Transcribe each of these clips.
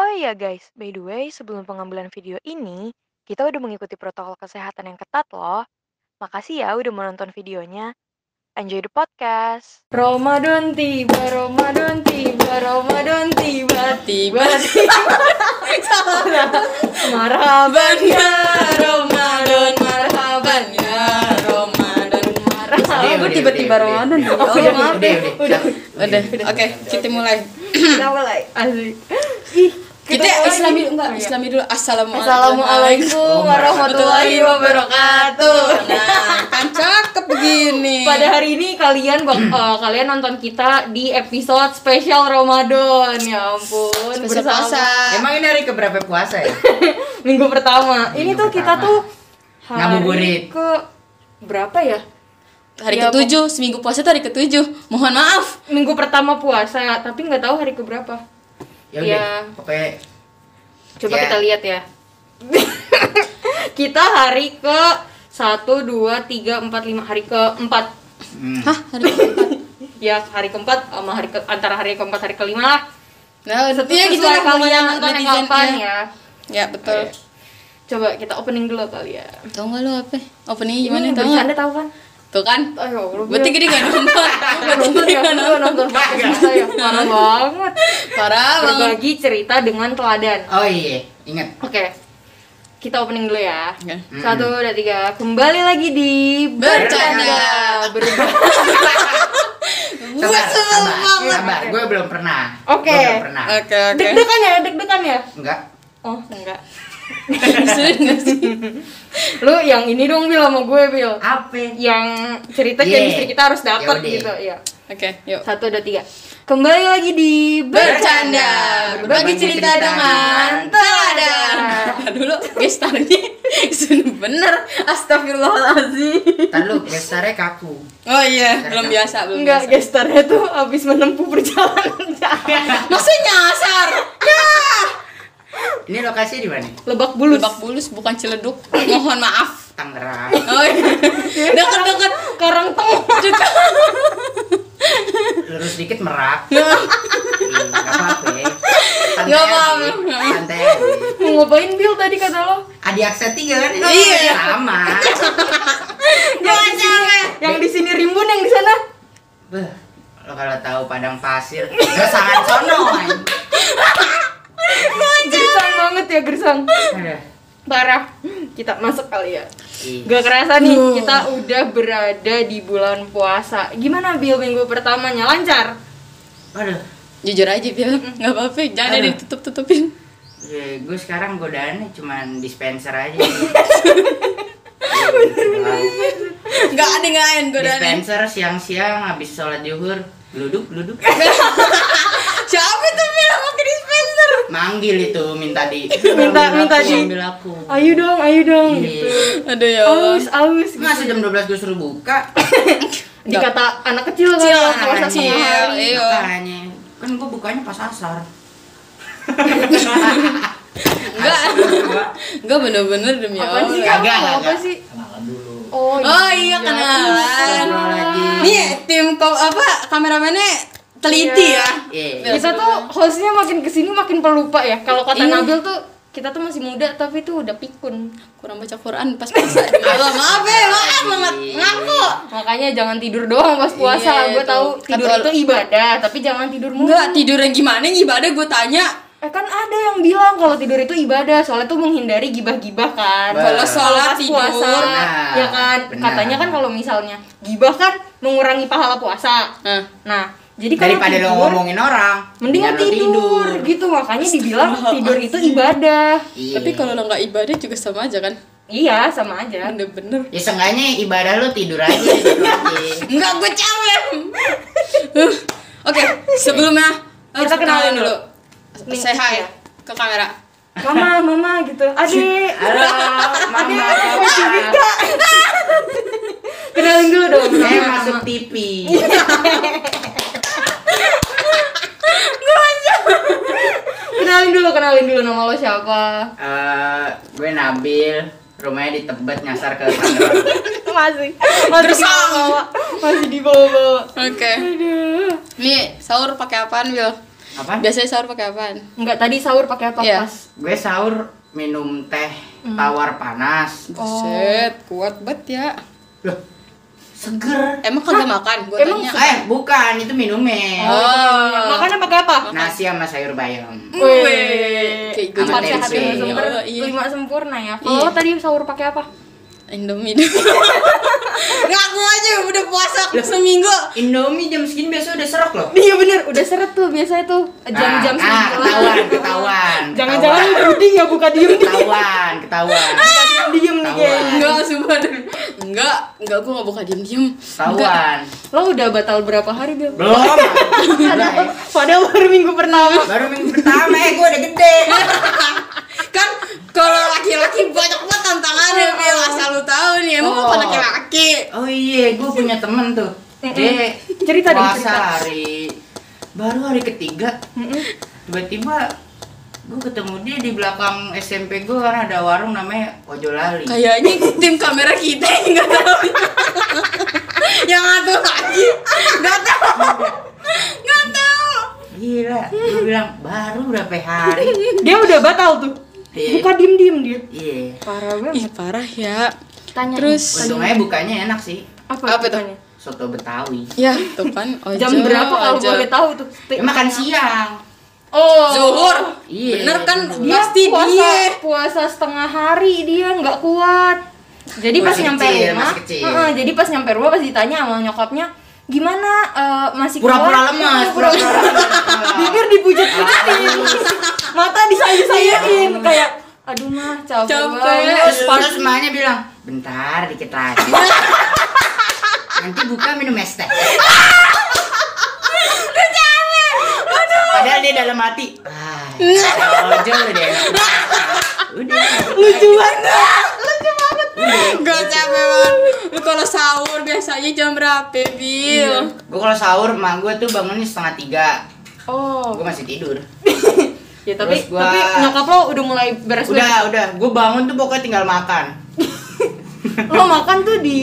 Oh iya, guys, by the way, sebelum pengambilan video ini, kita udah mengikuti protokol kesehatan yang ketat loh. Makasih ya udah menonton videonya. Enjoy the podcast. Ramadan tiba, Ramadan tiba, Ramadan tiba, tiba, tiba. Salah. Marhaban ya Ramadan, marhaban ya Ramadan, marhaban. Udah, Aku udah, tiba-tiba udah, Ramadan. udah. Oh, Udah, ya, maaf udah, deh. udah. Udah. Udah, Oke, kita mulai. Kita mulai. Asik. Kita Kita mulai. Oh, iya. islami enggak? Iya. Oh, Islami dulu. Assalamualaikum. Assalamualaikum warahmatullahi wabarakatuh. Nah, kan cakep begini. Pada hari ini kalian bak- eh, kalian nonton kita di episode spesial Ramadan. Ya ampun, Spesial bersama- puasa. Emang ini hari keberapa puasa ya? Minggu pertama. ini Minggu tuh kita pertama. tuh hari Ngabuburit. ke berapa ya? Hari Ya, ketujuh, seminggu puasa itu hari ketujuh. Mohon maaf. Minggu pertama puasa, tapi nggak tahu hari ke berapa. Ya udah, Iya. pokoknya Coba Ya. kita lihat ya. kita hari ke 1 2 3 4 5 hari ke 4 hmm, Hah, hari keempat. ya hari keempat sama hari ke- antara hari keempat hari kelima lah Nah, sesuai gitu kalian Iya. lah pokoknya nonton yang netizen, kapan iya. ya Ya, betul. coba kita opening dulu kali ya Tahu nggak lu apa? Opening gimana ini tahu Iya, bercanda nggak? tahu kan Tuh kan. ayo lu Berarti gini nggak nonton. nonton ya gue nonton podcast kita ya parah banget Parah banget. berbagi cerita dengan teladan Oh iya, ingat oke kita opening dulu ya Oke. satu dua tiga kembali lagi di Bercanda. bercanda Sabar, sabar, banget. sabar, gue belum pernah Oke. Gue belum Iya. pernah Oke, oke. deg-degan ya deg-degan ya Enggak oh enggak Serius nggak sih? lu yang ini dong bil sama gue bil Apa? yang cerita Iya. chemistry kita harus dapat Yaudah. gitu ya Oke, yuk. satu dua tiga kembali lagi di Bercanda. Berbagi cerita dengan teladan Aduh lo, guys taruhnya bener Astagfirullahaladzim Ntar lu, gestarnya kaku Oh iya, belum biasa, belum enggak biasa gestarnya tuh abis menempuh perjalanan jauh. Maksudnya nyasar Ini lokasinya di mana? lebak bulus Lebak bulus bukan celeduk, mohon maaf Tangerang Oh iya, kan? deket-deket karang tengah Lurus dikit merak Iya, Nggak apa-apa ya Santai Nggak apa-apa. aja, Santai aja. mau ngapain bil tadi kata lo Adi Aksa 3 kan? Iya. Sama yang di sini yang di sini rimbun yang di sana Beuh, Lo kalau tahu Padang Pasir Lo sangat sono gersang banget ya gersang Aduh. parah kita masuk kali ya Ih. Gak kerasa nih, kita udah berada di bulan puasa Gimana Bil minggu pertamanya? Lancar? Aduh, Jujur aja Bil, gak apa-apa, jangan ada Aduh. ditutup-tutupin gue Ya, sekarang godaannya cuman dispenser aja. Iya, Gak ada ngain godaannya dispenser siang-siang habis sholat zuhur, gluduk gluduk. Siapa tuh Bil, pakai dispenser Manggil itu minta di Minta- ambil minta aku, di- ambil aku. Ayo dong, ayo dong gitu. Iya. Aduh ya Allah Aus, aus gitu. Masih jam 12 gue suruh buka. Dikata anak kecil kan ya, puasa Makanya, setengah hari iya. Makanya kan gue bukanya pas asar. Enggak, enggak bener-bener demi Apaan sih Kak? Allah apa sih? Kenalan dulu. Oh, Oh iya kenalan Ngobrol lagi. Iya. Nih tim ko- apa kameramennya teliti ya. Iya. Kita tuh hostnya makin kesini makin pelupa ya Kalau kata Iya. Nabil tuh, kita tuh masih muda tapi tuh udah pikun Kurang baca Quran pas puasa. Allah maaf ya, maaf banget. Iya, Ngaku. Makanya jangan tidur doang pas puasa Gue Iya, tuh. tahu tidur Kata- itu Kan ibadah, tapi jangan tidur mulu Enggak tidur yang gimana ibadah gue tanya. Eh kan ada yang bilang kalau tidur itu ibadah, soalnya tuh menghindari gibah-gibah kan. Bener. Kalau Pas sholat tidur. puasa, Benar, ya kan. benar. Katanya kan kalau misalnya gibah kan mengurangi pahala puasa. Nah, Nah, jadi kalau iya. Daripada tidur, lo ngomongin orang, mendingan mendingan lo tidur, gitu makanya dibilang tidur itu ibadah. Iya. tapi kalau lo nggak ibadah juga sama aja kan. Iya, sama aja. Bener-bener. Ya seenggaknya ibadah lu tidur aja gitu aja. Enggak gue cewek. Uh, Oke, sebelumnya harus Kita kenalin dulu. dulu. Say hi Iya. ke kamera. Mama, mama gitu. Adik, Halo, mama papa. enggak. Kenalin dulu dong. Saya nama- masuk nama. TV. Kenalin dulu, kenalin dulu nama lo siapa? Eh, gue Nabil, rumahnya di Tebet nyasar ke Tangerang. masih masih Terus di bawah masih di bawah Oke. Nih, sahur pakai apaan, Wil? Apa? Biasanya sahur pakai apaan? Enggak tadi sahur pakai apa Iya. pas? Gue sahur minum teh Hmm. tawar panas. Oh. Buset, kuat banget ya. Loh, seger. Emang kagak makan? Gua Emang tanya. Eh, bukan, itu minumnya. Oh. Makannya Eh, pakai apa? Nasi sama sayur bayam. Wih, Kayak gue Amat empat jadi sehat dari lima sini. sempurna, Oh, iya. lima sempurna ya. Kalau Iya. lo tadi sahur pakai apa? Indomie Ngaku aja udah puasa seminggu Indomie jam segini biasa udah serok loh. Iya bener, udah seret tuh biasanya tuh jam-jam ah, ah, ketahuan, ketahuan. Jangan-jangan ketahuan. Budi ya buka diem nih, ketahuan, ketahuan. diem nih Ketahuan. kayaknya. Enggak, sumpah deh Enggak, enggak gue gak buka diem-diem Enggak. Ketahuan. Lo udah batal berapa hari Bel? Belum. Udah, ya. Padahal baru minggu pertama. Baru minggu pertama eh gue udah gede. Kan kalau laki-laki banyak banget tantangannya Bel Asal lu tahu nih, emang Oh. apa laki-laki Oh iya, gue punya temen tuh. Dia Eh, Cerita dong, puasa cerita. hari baru hari ketiga. Tiba-tiba gue ketemu dia di belakang SMP gue karena kan, ada warung namanya Ojolali. Kayaknya tim kamera kita yang gak tahu Yang satu lagi Gak tahu Gak tahu Gila, gue bilang baru berapa hari. Dia udah batal tuh. Iya. Buka diem-diem dia. Iya. Parah Ih banget. parah ya Tanya Terus Untungnya bukannya enak sih. apa, Apa tuh? tanya? Soto Betawi. Ya tuh kan ojol, Jam berapa kalau ojol. boleh tahu tuh? Ya, makan siang. Oh. Zuhur Iya. Bener kan iya. Dia pasti puasa, dia puasa setengah hari dia nggak kuat. Jadi pas Masih nyampe kecil, rumah, masih kecil. Heeh, jadi pas nyampe rumah pas ditanya sama nyokapnya, gimana eh, masih Pura-pura kuat?" Iya, lemas, Pura-pura pura-pura lemas. bibir dibujuk-bujukin, mata disayang-sayangin kayak aduh mah capek, Capek. banget." Terus Terus pas- terus emaknya bilang, bentar dikit lagi. Nanti buka minum es teh. Padahal dia dalam hati. "Ah, Ojol deh. Udah. lucu banget. Gak capek banget Lu kalau sahur biasanya jam berapa, Bil? Gue kalau sahur emak gue tuh bangunnya setengah tiga. Oh, Gue masih tidur. ya tapi Terus gua- tapi nyokap lo udah mulai beres-beres. Udah udah. Gue bangun tuh pokoknya tinggal makan. Lo makan tuh di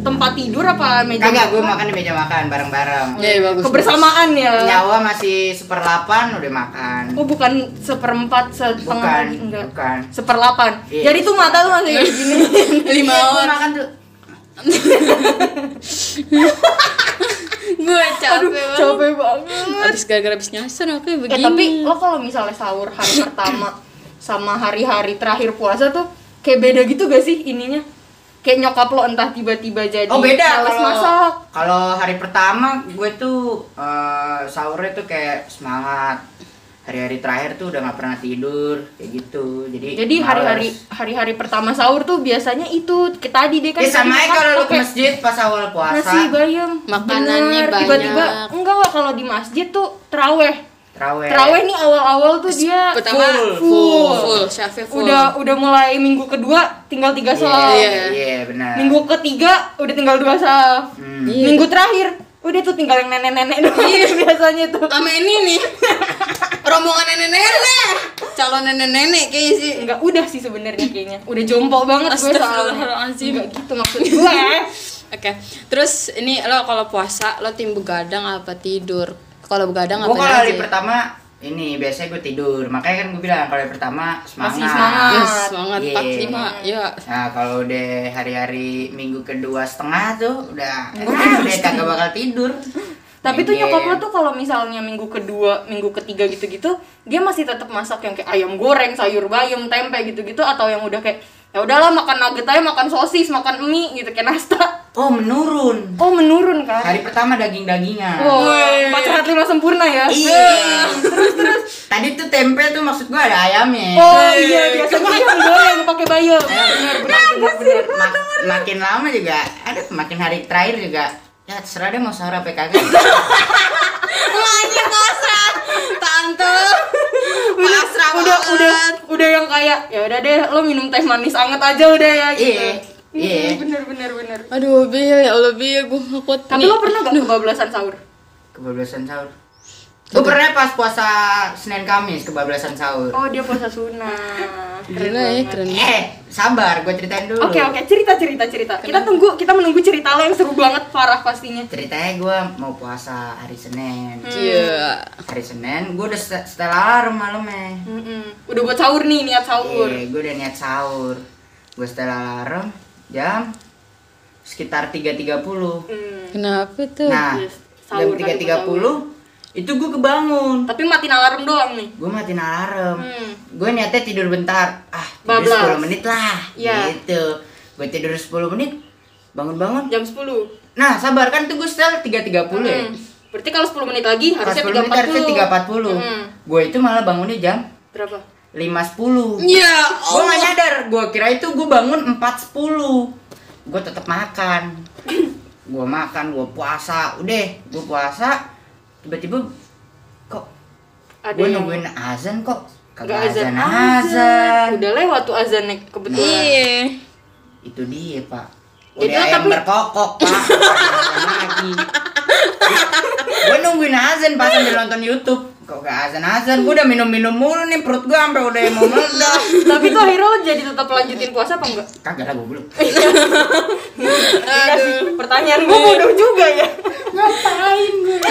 tempat tidur apa meja? Kagak gue makan di meja makan bareng-bareng. Ya, ya, bagus. Kebersamaan ya. Nyawa masih seperlapan udah makan. Oh bukan seperempat setengah Bukan, lagi, enggak. bukan. Seperlapan. Iya. Jadi tuh mata tuh masih kayak gini. Lima Iya, gua orang. makan tuh. Gue capek banget. Capek banget. Abis gara-gara abis nyasar aku Eh begini. tapi lo kalau misalnya sahur hari pertama sama hari-hari terakhir puasa tuh kayak beda gitu gak sih ininya? Kayak nyokap lo entah tiba-tiba jadi Oh beda males kalau masak. kalau hari pertama gue tuh eh, sahurnya tuh kayak semangat. Hari-hari terakhir tuh udah nggak pernah tidur kayak gitu. Jadi Jadi males. hari-hari hari-hari pertama sahur tuh biasanya itu kita tadi deh kan Ya tadi sama aja makan kalau lu ke pakai masjid pas awal puasa. nasi bayam Makanannya Bener, banyak. tiba-tiba enggak Wak, kalau di masjid tuh teraweh Terawih. Terawih nih awal-awal tuh dia Pertama full, full, full, Syafi full. Udah udah mulai minggu kedua tinggal tiga Iya, sahur. iya, iya, benar. Minggu ketiga udah tinggal dua sahur. Hmm. Iya. Minggu terakhir udah tuh tinggal yang nenek-nenek doang biasanya tuh. sama ini nih. Rombongan nenek-nenek. Calon nenek-nenek kayaknya sih. Enggak udah sih sebenarnya kayaknya. Udah jompo banget gue soalnya. Astagfirullahaladzim. Enggak gitu maksud gue. Oke. Terus ini lo kalau puasa lo tim begadang apa tidur? Kalau begadang Gue apa kalau hari aja? pertama ini biasanya gue tidur. Makanya kan gue bilang kalau hari pertama semangat. Masih semangat. Yes, semangat Iya. 4 5 ya. Nah kalau udah hari-hari minggu kedua setengah tuh udah ah, udah kagak bakal tidur. Tapi Main tuh nyokap game. lo tuh kalau misalnya minggu kedua, minggu ketiga gitu-gitu, dia masih tetap masak yang kayak ayam goreng, sayur bayam, tempe gitu-gitu atau yang udah kayak ya udahlah makan nugget aja, makan sosis, makan mie gitu kayak nasta. Oh menurun. Oh menurun kan? Hari pertama daging-dagingan. Wow, empat sehat lima sempurna ya. Iya. Tadi tuh tempe tuh maksud gua ada ayamnya. Oh iya biasanya ayam goreng pakai bayam. Benar benar benar. benar. Ma- makin lama juga, ada makin hari terakhir juga. Ya terserah deh mau sahur apa kagak. Lagi puasa. Tante. Pasrah Udah banget. udah udah yang kayak ya udah deh lo minum teh manis anget aja udah ya gitu. Iya. Iya. Benar benar benar. Aduh, Bil, ya Allah, Bil, gue gak kuat Tapi nih. lo pernah gak kebablasan sahur? Kebablasan sahur. Gue pernah pas puasa Senin Kamis kebablasan sahur. Oh dia puasa sunnah. Keren Gila ya, banget. keren. Eh, sabar, gue ceritain dulu. Oke oke cerita cerita cerita. Kita tunggu kita menunggu cerita lo yang seru banget parah pastinya. Ceritanya gue mau puasa hari Senin. Hmm. Iya. Hari Senin, gue udah set- setel alarm malamnya. Mm-mm. Udah buat sahur nih niat sahur. Iya, gue udah niat sahur. Gue setel alarm jam sekitar 3.30. Hmm. Kenapa tuh? Nah, Yes, jam sahur kan 3.30 itu gue kebangun. Tapi matiin alarm doang nih. Gue matiin alarm. Hmm. Gue niatnya tidur bentar. Ah, Bablas. tidur 10 menit lah. Iya. Gitu. Gue tidur 10 menit, bangun-bangun. Jam 10 Nah, sabar kan tuh gue setel 3.30 ya. Hmm. Berarti kalau 10 menit lagi harusnya 40 menit harusnya 3.40. 3.40. Gue itu malah bangunnya jam Hmm. Berapa? 5.10. Ya Gue gak nyadar, gue kira itu gue bangun 4.10 Gue tetap makan Gue makan, gue puasa Udah, gue puasa Tiba-tiba Kok Ada gue yang- nungguin azan kok Nggak Kagak azan, azan azan Udah lewat tuh azannya kebetulan. Iya. Itu dia pak Itu Udah yang tapi- berkokok pak Azan lagi Gue nungguin azan pas sambil nonton Youtube Kok gak azan-azan, gue udah minum-minum mulu nih Perut gue sampai udah mau meledak Tapi tuh akhirnya lo jadi tetap lanjutin puasa apa enggak? Kagak lah gue belum Eh, Aduh, pertanyaan gue bodoh juga ya.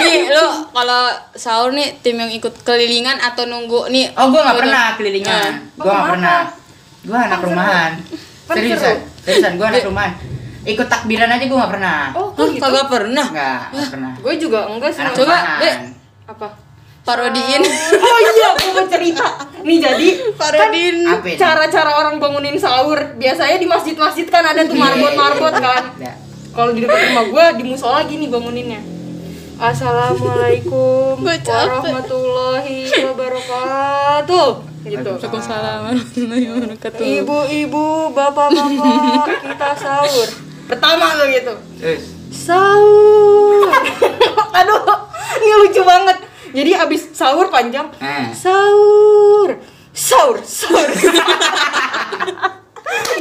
Nih lo kalau sahur nih tim yang ikut kelilingan atau nunggu nih? Oh, gue gak udah. Nah. pernah kelilingan. Oh, Gue gak kenapa? pernah. Gue anak rumahan. Kan Seriusan, seru. Eh. seriusan gue anak rumahan. Ikut takbiran aja gue gak pernah. Oh, Eh. Hah, kok gitu. kagak pernah. Enggak, gak pernah. Gue juga enggak sih. Anak Coba, eh, Dek. rumahan. Apa? Parodiin. Oh iya, gue mau cerita. Nih jadi Parodiin. Apa ini? cara-cara orang bangunin sahur biasanya di masjid-masjid kan ada tuh marbot-marbot kan. Enggak. Kalau di dekat rumah gue di musola gini banguninnya. Assalamualaikum Gua capek. warahmatullahi wabarakatuh. Gitu. Waalaikumsalam warahmatullahi wabarakatuh. Ibu-ibu, bapak-bapak, kita sahur. Pertama lo gitu. Terus, Sahur. Aduh, ini lucu banget. Jadi abis sahur panjang. Eh. Sahur. Sahur, sahur.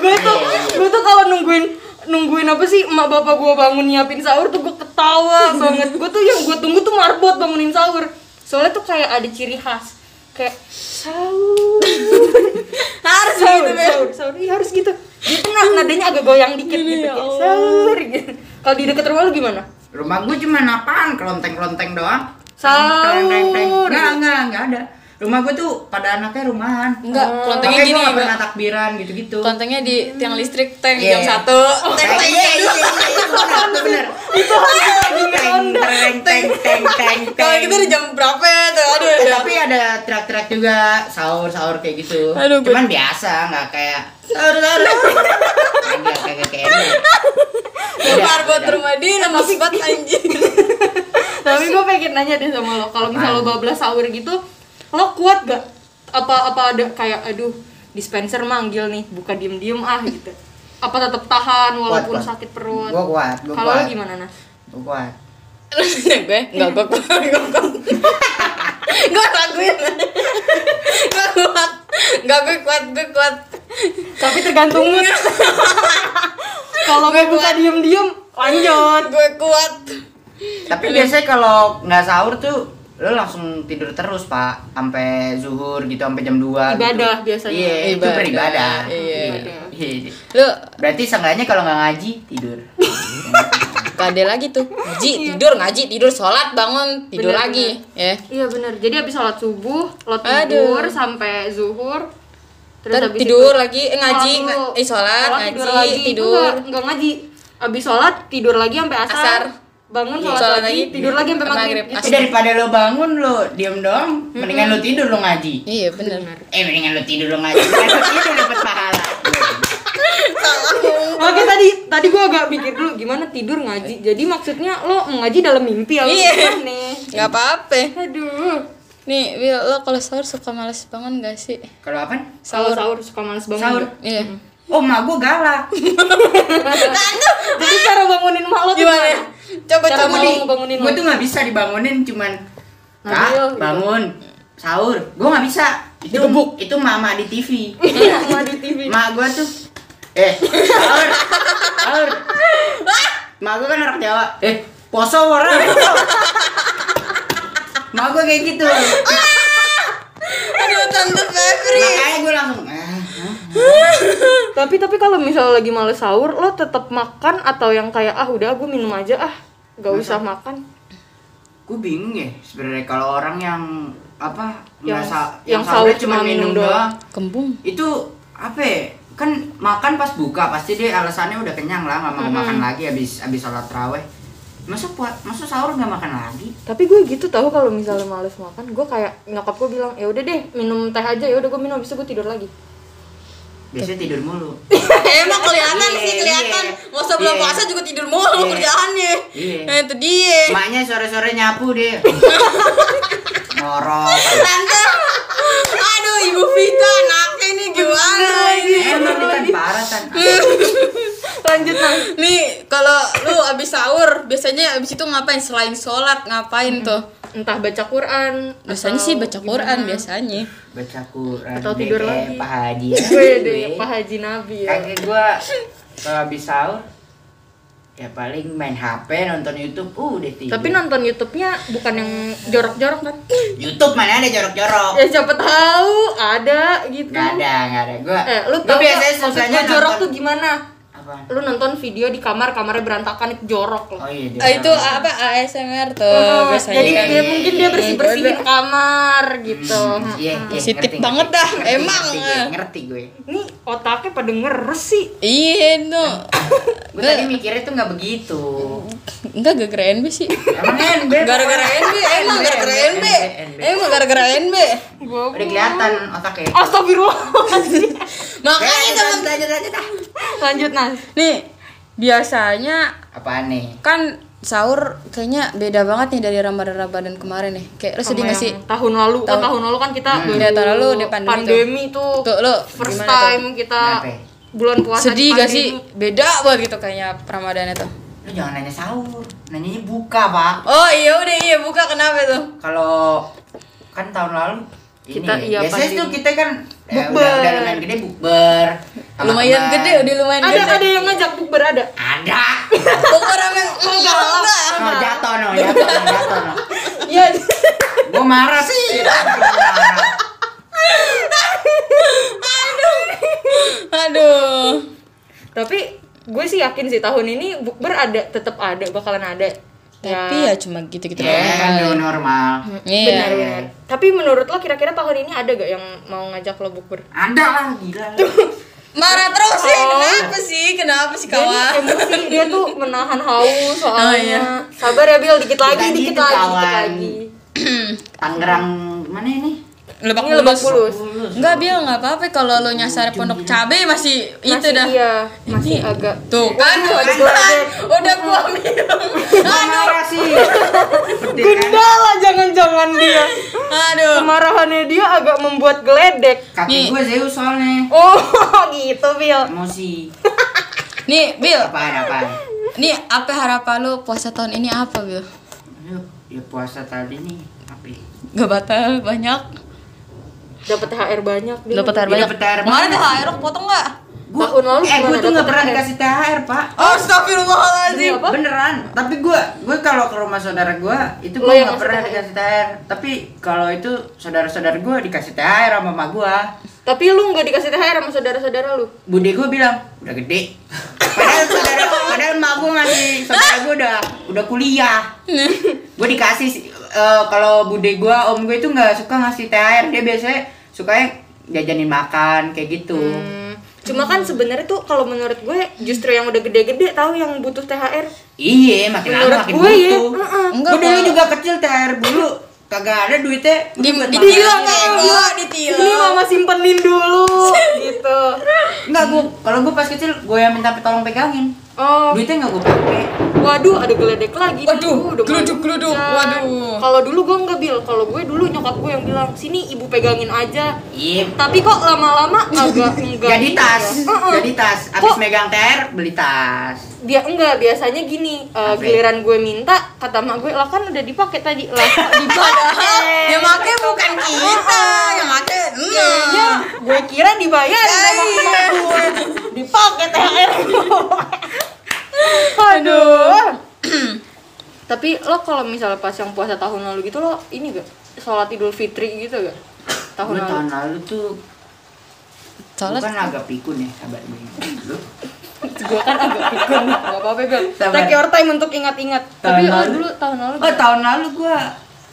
gue tuh gue tuh kalau nungguin nungguin apa sih emak bapak gue bangun nyiapin sahur tuh gue ketawa banget gue tuh yang gue tunggu tuh marbot bangunin sahur soalnya tuh kayak ada ciri khas kayak sahur harus sahur, gitu sahur sahur iya harus gitu dia tuh na- nadanya agak goyang dikit gitu kayak sahur gitu kalau di deket rumah lu gimana rumah gue cuma apaan? Kelonteng-kelonteng doang. sahur Enggak, enggak, enggak ada. Rumah gue tuh pada anaknya rumahan. Enggak, kelontengnya Makanya gue gini, gak Mbak. pernah takbiran gitu-gitu. Kelontengnya di tiang listrik tank Iya. Teng, jam 1. teng, teng, teng, iya, bener, itu teng, teng, teng, teng, Kalau teng. kita udah jam berapa ya tuh? Aduh, Eh, udah. tapi ada teriak-teriak juga sahur-sahur kayak gitu. Aduh, gue- Cuman biasa, nggak kayak sahur sahur. Kagak kagak kayak ini. Udah, Bubar buat udah. rumah dia nama sifat anjing. tapi gue pengen nanya deh sama lo kalau misal lo bablas sahur gitu lo kuat gak apa apa ada kayak aduh dispenser manggil nih buka diem diem ah gitu apa tetap tahan walaupun kuat. sakit perut Gua kuat, gua kalau lo kuat. gimana nah Gua kuat. gue Iya. enggak gue kuat gue kuat gue lakuin gue kuat enggak gue kuat gue kuat tapi tergantung mood. kalau gue buka diem diem lanjut gue kuat Tapi biasanya kalau nggak sahur tuh lo langsung tidur terus pak sampai zuhur gitu sampai jam Ibadah 2 gitu. biasanya. iya itu Ibadah, beribadah iya. Iya. lu berarti seenggaknya kalau nggak ngaji tidur gak ada lagi tuh ngaji tidur ngaji tidur sholat bangun Iya. tidur Bener, lagi ya iya bener jadi abis sholat subuh lo Aduh. tidur sampai zuhur Terus abis itu- tidur lagi, eh, ngaji, Sholat dulu. nga- eh, sholat, tidur ngaji, lagi. tidur. Enggak, enggak ngaji. Abis sholat tidur lagi sampai asar. Asar. Bangun Iya. sholat, Sholat lagi, lagi, tidur lagi sampai sampai maghrib. maghrib. Gitu. Tapi daripada lo bangun lo diem doang mendingan lo tidur lo ngaji iya bener eh mendingan lo tidur lo ngaji Mendingan lo tidur dapat pahala Oke tadi tadi gua agak mikir dulu gimana tidur ngaji. Jadi maksudnya lo ngaji dalam mimpi ya? Iya. Nih. nggak apa-apa Aduh. nih Will lo kalau sahur suka males bangun gak sih kalau apa Sahur Hmm. sahur suka males bangun. Sahur. iya Oh, mak gue galak. Jadi cara bangunin mak lo tuh gimana ya? coba Cara coba mau nih ngebangunin lo. Gue tuh nggak bisa dibangunin cuman Kak, Nabil, gitu. bangun sahur. Gue nggak bisa. Itu itu mama di TV. Sama di TV. mak gue tuh eh sahur. Sahur. Mak gue kan orang Jawa. Eh, poso orang. Mak gue kayak gitu. Aduh tante Febri. Makanya gue langsung ah, ah. tapi tapi kalau misalnya lagi males sahur lo tetap makan atau yang kayak ah udah gue minum aja ah gak usah makan gue bingung ya sebenarnya kalau orang yang apa Yang- merasa yang sahurnya sahur cuma cuma minum minum doang. doang Kembung. itu apa ya? kan makan pas buka pasti dia alasannya udah kenyang lah nggak mau makan lagi habis habis sholat raweh masa puas masa sahur nggak makan lagi tapi gue gitu tahu kalau misalnya males makan gue kayak nyokap gue bilang ya udah deh minum teh aja ya udah gue minum habis itu gue tidur lagi biasanya tidur mulu Emang kelihatan Iya, sih kelihatan. iya. Masa bulan Iya. puasa juga tidur Iya. mulu kerjaannya. Iya. Nah, itu dia. maknya sore-sore nyapu dia ngorok Tante. Aduh, Ibu Vita anaknya ini gimana ini? emang kan parah kan Iya. lanjut nah Nih, kalau lu abis sahur biasanya abis itu ngapain selain sholat ngapain tuh? entah baca Quran Biasanya atau sih baca gimana. Quran biasanya. baca Quran Atau tidur beke, lagi. paha dia gitu ya. Wede, Pak Haji Nabi ya. Kaki gue kalau habis sahur ya paling main HP nonton YouTube uh udah tidur. Tapi nonton YouTube-nya bukan yang jorok-jorok kan? YouTube mana ada jorok-jorok? Ya siapa tahu ada gitu. Kan. Gak Oh. ada, gak ada. Gua Eh, lu gua tau biasanya gak maksud sukanya gua jorok nonton- tuh gimana? apa? Lu nonton video di kamar, kamarnya berantakan itu jorok loh. Oh iya. jorok. Ah, itu apa ASMR tuh Oh, Ah, biasanya. jadi kan. dia mungkin gitu. dia bersih bersihin Iya. kamar gitu. Hmm, Iya, iya, Positif ngerti, banget ngerti. dah, Ngerti, emang, ngerti gue, eh. ngerti gue. Ini otaknya pada ngeres sih. Iya, no. Gue tadi mikirnya tuh nggak begitu. Enggak gara-gara NB sih. Emang NB. Gara-gara NB, emang gara-gara NB. Emang gara-gara NB. Udah kelihatan otaknya. Astagfirullahaladzim. Makanya teman lanjut lanjut ah. Lanjut nah. nih biasanya Apaan nih? kan sahur kayaknya beda banget nih dari Ramadan Ramadan kemarin nih. Kayak lu sedih Sama gak yang sih? Tahun lalu, kan Tahun- tahun lalu kan kita Iya, tahun lalu di pandemi tuh. Tuh lu First gimana time kita Kenapa? bulan tuh? puasa Sedih di gak pandemi. sih? Beda banget gitu kayaknya Ramadannya tuh. Lu jangan nanya sahur, nanyanya buka pak. Oh iya udah iya buka kenapa tuh? kalau kan tahun lalu ini Kita- iya, biasanya pandemi. tuh kita kan eh, Bukber. udah, udah lumayan gede bukber sama Lumayan teman. gede, udah lumayan Ada gede. ada yang ngajak bukber ada. ada Bukan orang yang enggak enggak. no jatuh no jatuh no jatuh no Iya. gue marah sih Marah. Aduh. Tapi gue sih yakin sih tahun ini bukber ada tetap ada bakalan ada. Tapi ya cuma gitu-gitu ya kan doang. new normal Iya. Benar, benar. Tapi menurut lo kira-kira tahun ini ada gak yang mau ngajak lo bukber? ada lah gila lu. Marah terus sih. Oh. Kenapa sih? Kenapa sih Dia nih kawan? emosi Iya, dia tuh menahan haus soalnya. Iya, Oh, iya. Sabar ya Bil, dikit lagi, Bukan dikit gitu, lagi, dikit kawan. lagi. Tangerang mana ini Lebak Ini lebak bulus. Bulus. Enggak, Bil, enggak apa-apa kalau lo nyasar pondok cabe masih itu Masih dah. Iya, masih Ini- agak. Tuh kan, ada kan, geledek. udah gua minum. Gua marah sih Seperti kan Gendala jangan-jangan dia. Aduh. Kemarahannya dia agak membuat geledek. kaki gue Zeus soalnya Oh, gitu Bil. emosi Nih, Bil. apaan apaan Nih, apa harapan lo puasa tahun ini apa, Bil? Aduh, ya puasa tadi nih tapi Gak batal banyak. Dapat THR banyak Bil. Dapat THR Iya, banyak. dapet THR Kemarin THR lo potong enggak? Gua- Tahun lalu eh gue gimana tuh nggak dapet pernah THR? dikasih THR pak Oh, Astagfirullahaladzim. Apa? beneran tapi gue gue kalau ke rumah saudara gue itu Lo gue Oh, yang nggak ngasih pernah THR. dikasih THR tapi kalau itu saudara saudara gue dikasih THR sama mama gue Tapi lu nggak dikasih THR sama saudara-saudara lu. bude gue bilang udah gede padahal saudara padahal emak gue masih saudara gue udah udah kuliah gue dikasih eh, kalau bude gue om gue itu nggak suka ngasih THR dia biasanya sukanya jajanin makan kayak gitu Hmm, Cuma kan sebenarnya tuh kalau menurut gue justru yang udah gede-gede tahu yang butuh THR. Iya, makin Menurut lama makin gue ya, butuh. heeh. Enggak, Gue dulu kalau- juga kecil THR dulu kagak ada duitnya. Di Gue buat di- makan. ditilang kan? ya, Ini ditilang. mama simpenin dulu gitu. Enggak gue, kalau gue pas kecil gue yang minta tolong pegangin. Oh, Duitnya enggak gue pakai. waduh ada geledek lagi. nih. Waduh, udah mulai geluduk-geluduk, hujan. waduh. Kalau dulu gue nggak bil, kalau gue dulu nyokap gue yang bilang sini ibu pegangin aja. Iya. Tapi kok lama-lama agak enggak. gitu Jadi tas, ya. Heeh. jadi tas. Abis Kok- megang THR beli tas. dia enggak biasanya gini uh, Apa? ya? giliran gue minta kata mak gue lah kan udah dipakai tadi lah kok Padahal dipakai yang make bukan kita, yang make Kayaknya Iya, gue kira dibayar sama Iya. emak gue ya, dipakai THR aduh tapi tapi lo kalau misalnya pas yang puasa tahun lalu gitu lo ini gak sholat idul fitri gitu gak tahun Gua tahun lalu lalu tuh Soalnya bukan agak pikun ya kabar gue Lu? gue kan agak pikun gak apa-apa Bel Sabar. take your time untuk ingat-ingat tapi Tahun lo lalu. dulu tahun lalu oh tahun lalu gua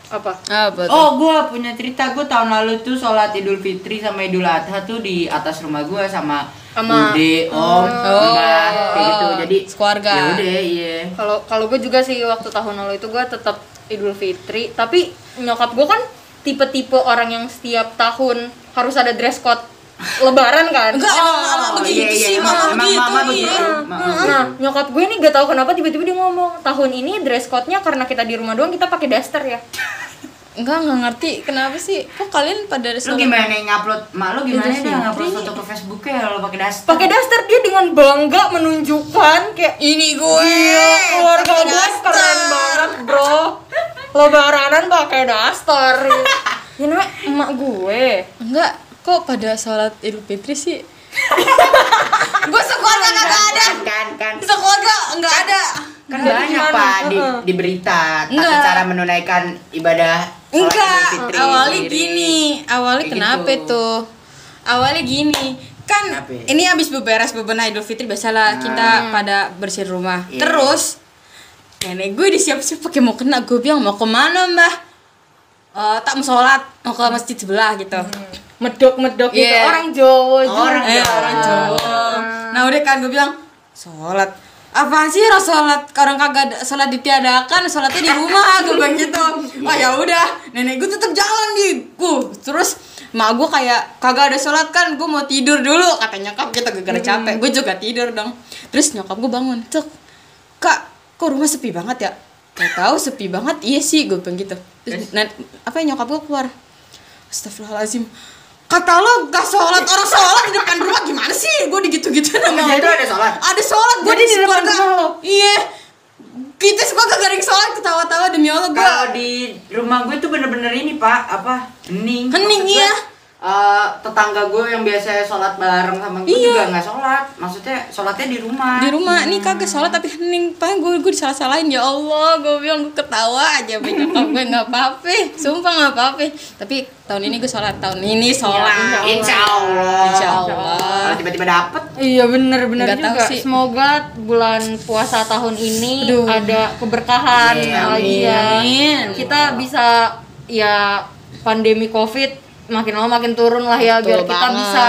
apa apa tuh? Oh, gue punya cerita. Gue tahun lalu tuh sholat Idul Fitri sama Idul Adha tuh di atas rumah gue sama Sama- Bude, Om, Mbah, kayak gitu. Jadi sekeluarga. Ya udah, iya. kalau kalau gue juga sih waktu tahun lalu itu gue tetap Idul Fitri tapi nyokap gue kan tipe-tipe orang yang setiap tahun harus ada dress code Lebaran kan Enggak, emang mama iya, begitu iya, sih, emang- emang mama begitu. mama iya. begitu. Mama Nah, begitu. nyokap gue nih gak tahu kenapa tiba-tiba dia ngomong tahun ini dress code-nya karena kita di rumah doang kita pakai daster ya. Enggak, enggak ngerti kenapa sih? Kok kalian pada Lu selalu gimana yang ngupload? Mak lu gimana Idul dia ngupload Fitri. foto ke Facebook ya kalau pakai daster? Pakai daster dia dengan bangga menunjukkan kayak ini gue Iya, keluarga pakai gue daster." keren banget bro. Lebaranan pakai daster. ya namanya emak gue. Enggak, kok pada sholat Idul Fitri sih? gue sekeluarga kagak ada. kan kan Sekeluarga enggak ada. kan Jadi banyak gimana? pak di, Heeh. di berita tata Enggak. cara menunaikan ibadah sholat Enggak, Idul Fitri awalnya sendiri. gini, awalnya Kayak kenapa gitu. tuh? Awalnya gini, kan Kenapa? Nah. ini habis beberes bebenah Idul Fitri biasalah kita pada bersihin rumah. Iya. Terus nenek gue disiap-siap pakai mau kena gue bilang mau kemana mbah? Eh, tak mau sholat mau ke masjid sebelah gitu. Hmm. Medok-medok gitu Iya. orang Jawa juga. orang Eh, Jawa. orang Jawa. Nah udah kan gue bilang sholat. Apaan sih orang sholat orang kagak ada- sholat ditiadakan sholatnya di rumah gue bilang gitu. Oh ya udah nenek gue tetap jalan di gue terus mak gue kayak kagak ada sholat kan gue mau tidur dulu kata nyokap kita gara-gara capek gue juga tidur dong terus nyokap gue bangun cek kak kok rumah sepi banget ya gak tahu sepi banget iya sih gue bilang gitu terus nen- apa nyokap gue keluar Astagfirullahaladzim Kata lo gak sholat, orang sholat di depan rumah gimana sih? Gue digitu-gituin sama Jadi orang. ada sholat? Ada sholat, gue Jadi di depan rumah lo? Iya Kita semua kagak ada yang sholat, ketawa-tawa demi Allah gue Kalau di rumah gue tuh bener-bener ini pak, apa hening? Hening, Maksud gue, iya. eh, tetangga gue yang biasa sholat bareng sama gue Iya. juga nggak sholat, maksudnya sholatnya di rumah. Di rumah, nih kagak sholat tapi hening Paling gue, gue disalah-salahin, ya Allah Gue bilang gue ketawa aja sama nyokap gue gak apa-apa eh. Sumpah gak apa-apa eh. Tapi tahun ini gue sholat, tahun ini sholat Nah, Insya Allah. Insya Allah. Kalau tiba-tiba dapet, Iya bener-bener Nggak tahu juga. sih. Semoga bulan puasa tahun ini Aduh. Iya, ada keberkahan Amin, lagi ya. amin. Kita bisa ya pandemi covid makin lama makin turun lah ya biar Betul kita banget. Iya. bisa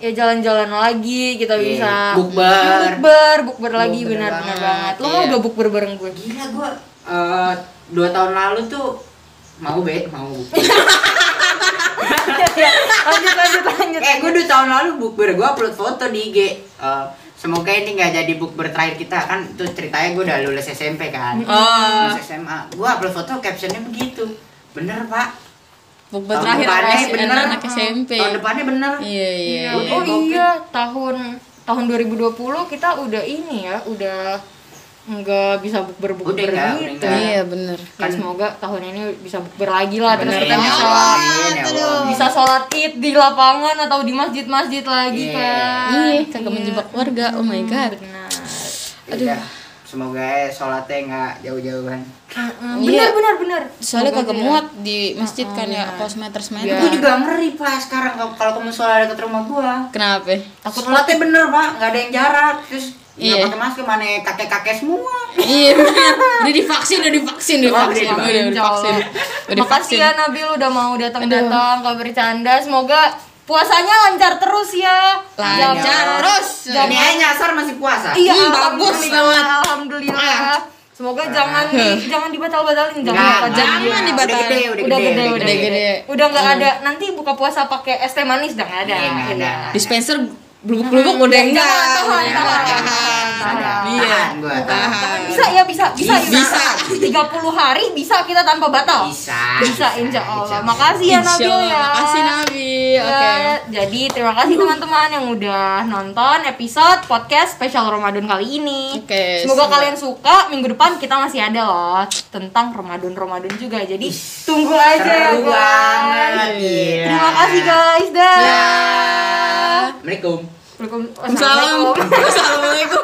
ya jalan-jalan lagi kita bisa bukber. bukber bukber lagi benar-benar banget. banget, Lo mau iya. gak bukber bareng gue? gila gue eh, dua tahun lalu tuh mau be, mau. lanjut lanjut lanjut. eh gue dua tahun lalu bukber gue upload foto di IG. Eh, semoga ini nggak jadi bukber terakhir kita kan tuh ceritanya gue udah lulus SMP kan. Oh, Lulus SMA. Gue upload foto captionnya begitu. Bener pak. bukber terakhir depannya anak- anak SMP Tahun depannya bener. Iya, iya, Oh Udah, Covid. iya, tahun tahun 2020 kita udah ini ya, udah nggak bisa bukber-bukber Udah nggak, udah gitu. nggak. Iya bener Ya, semoga tahun ini bisa bukber lagi lah Iya, terus kita Amin, bisa amin, ya Allah. bisa sholat id di lapangan atau di masjid-masjid lagi Iya. kan. Iya, kagak menjebak warga. Oh my god. Benar. Udah. Semoga ya sholatnya nggak jauh-jauhan. Iya. Benar benar benar. Soalnya Semoga kagak sih ya. muat di masjid kan ya, kalau semeter semeter. Gue juga ngeri pak sekarang kalau- kalau ke musola dekat rumah gua. Kenapa? Takut sholatnya bener pak, nggak ada yang jarak. Terus nggak Iya. pakai masker mana kakek-kakek semua. Iya, bener. udah divaksin, udah divaksin, udah Oh, divaksin, udah udah udah divaksin, udah Makasih divaksin. ya Nabil udah mau datang-datang ke bercanda. Semoga puasanya lancar terus ya. Lancar Jangan- terus. jangan Ini aja nyasar masih puasa. Iya, Hmm, alhamdulillah, bagus banget. Alhamdulillah. Ah. Semoga jangan di, jangan dibatal-batalin, jangan Nggak, dibatalin. jangan nggak. dibatalin. Udah gede, Udah gede, udah gede. gede. Udah nggak ada nanti buka puasa pakai es teh manis udah nggak ada. Iya, nggak ada. Dispenser blubuk-blubuk udah enggak. tahan, Udah Iya, tahan, enggak. Ada. Iya. Tahan gua, tahan. Tahan. Bisa ya bisa, bisa ya, Bisa. 30 hari bisa kita tanpa batal. Bisa. Bisa insya Allah. Makasih ya Insya Nabil Allah. ya. Makasih Nabi. Ya, Oke. Jadi terima kasih teman-teman yang udah nonton episode podcast spesial Ramadan kali ini. Oke, Semoga semoga- kalian suka. Minggu depan kita masih ada loh tentang Ramadan Ramadan juga. Jadi tunggu aja ya guys. Seru banget. iya. gila. Terima kasih guys. Dah. Assalamualaikum. Waalaikumsalam. Assalamualaikum. Assalamualaikum.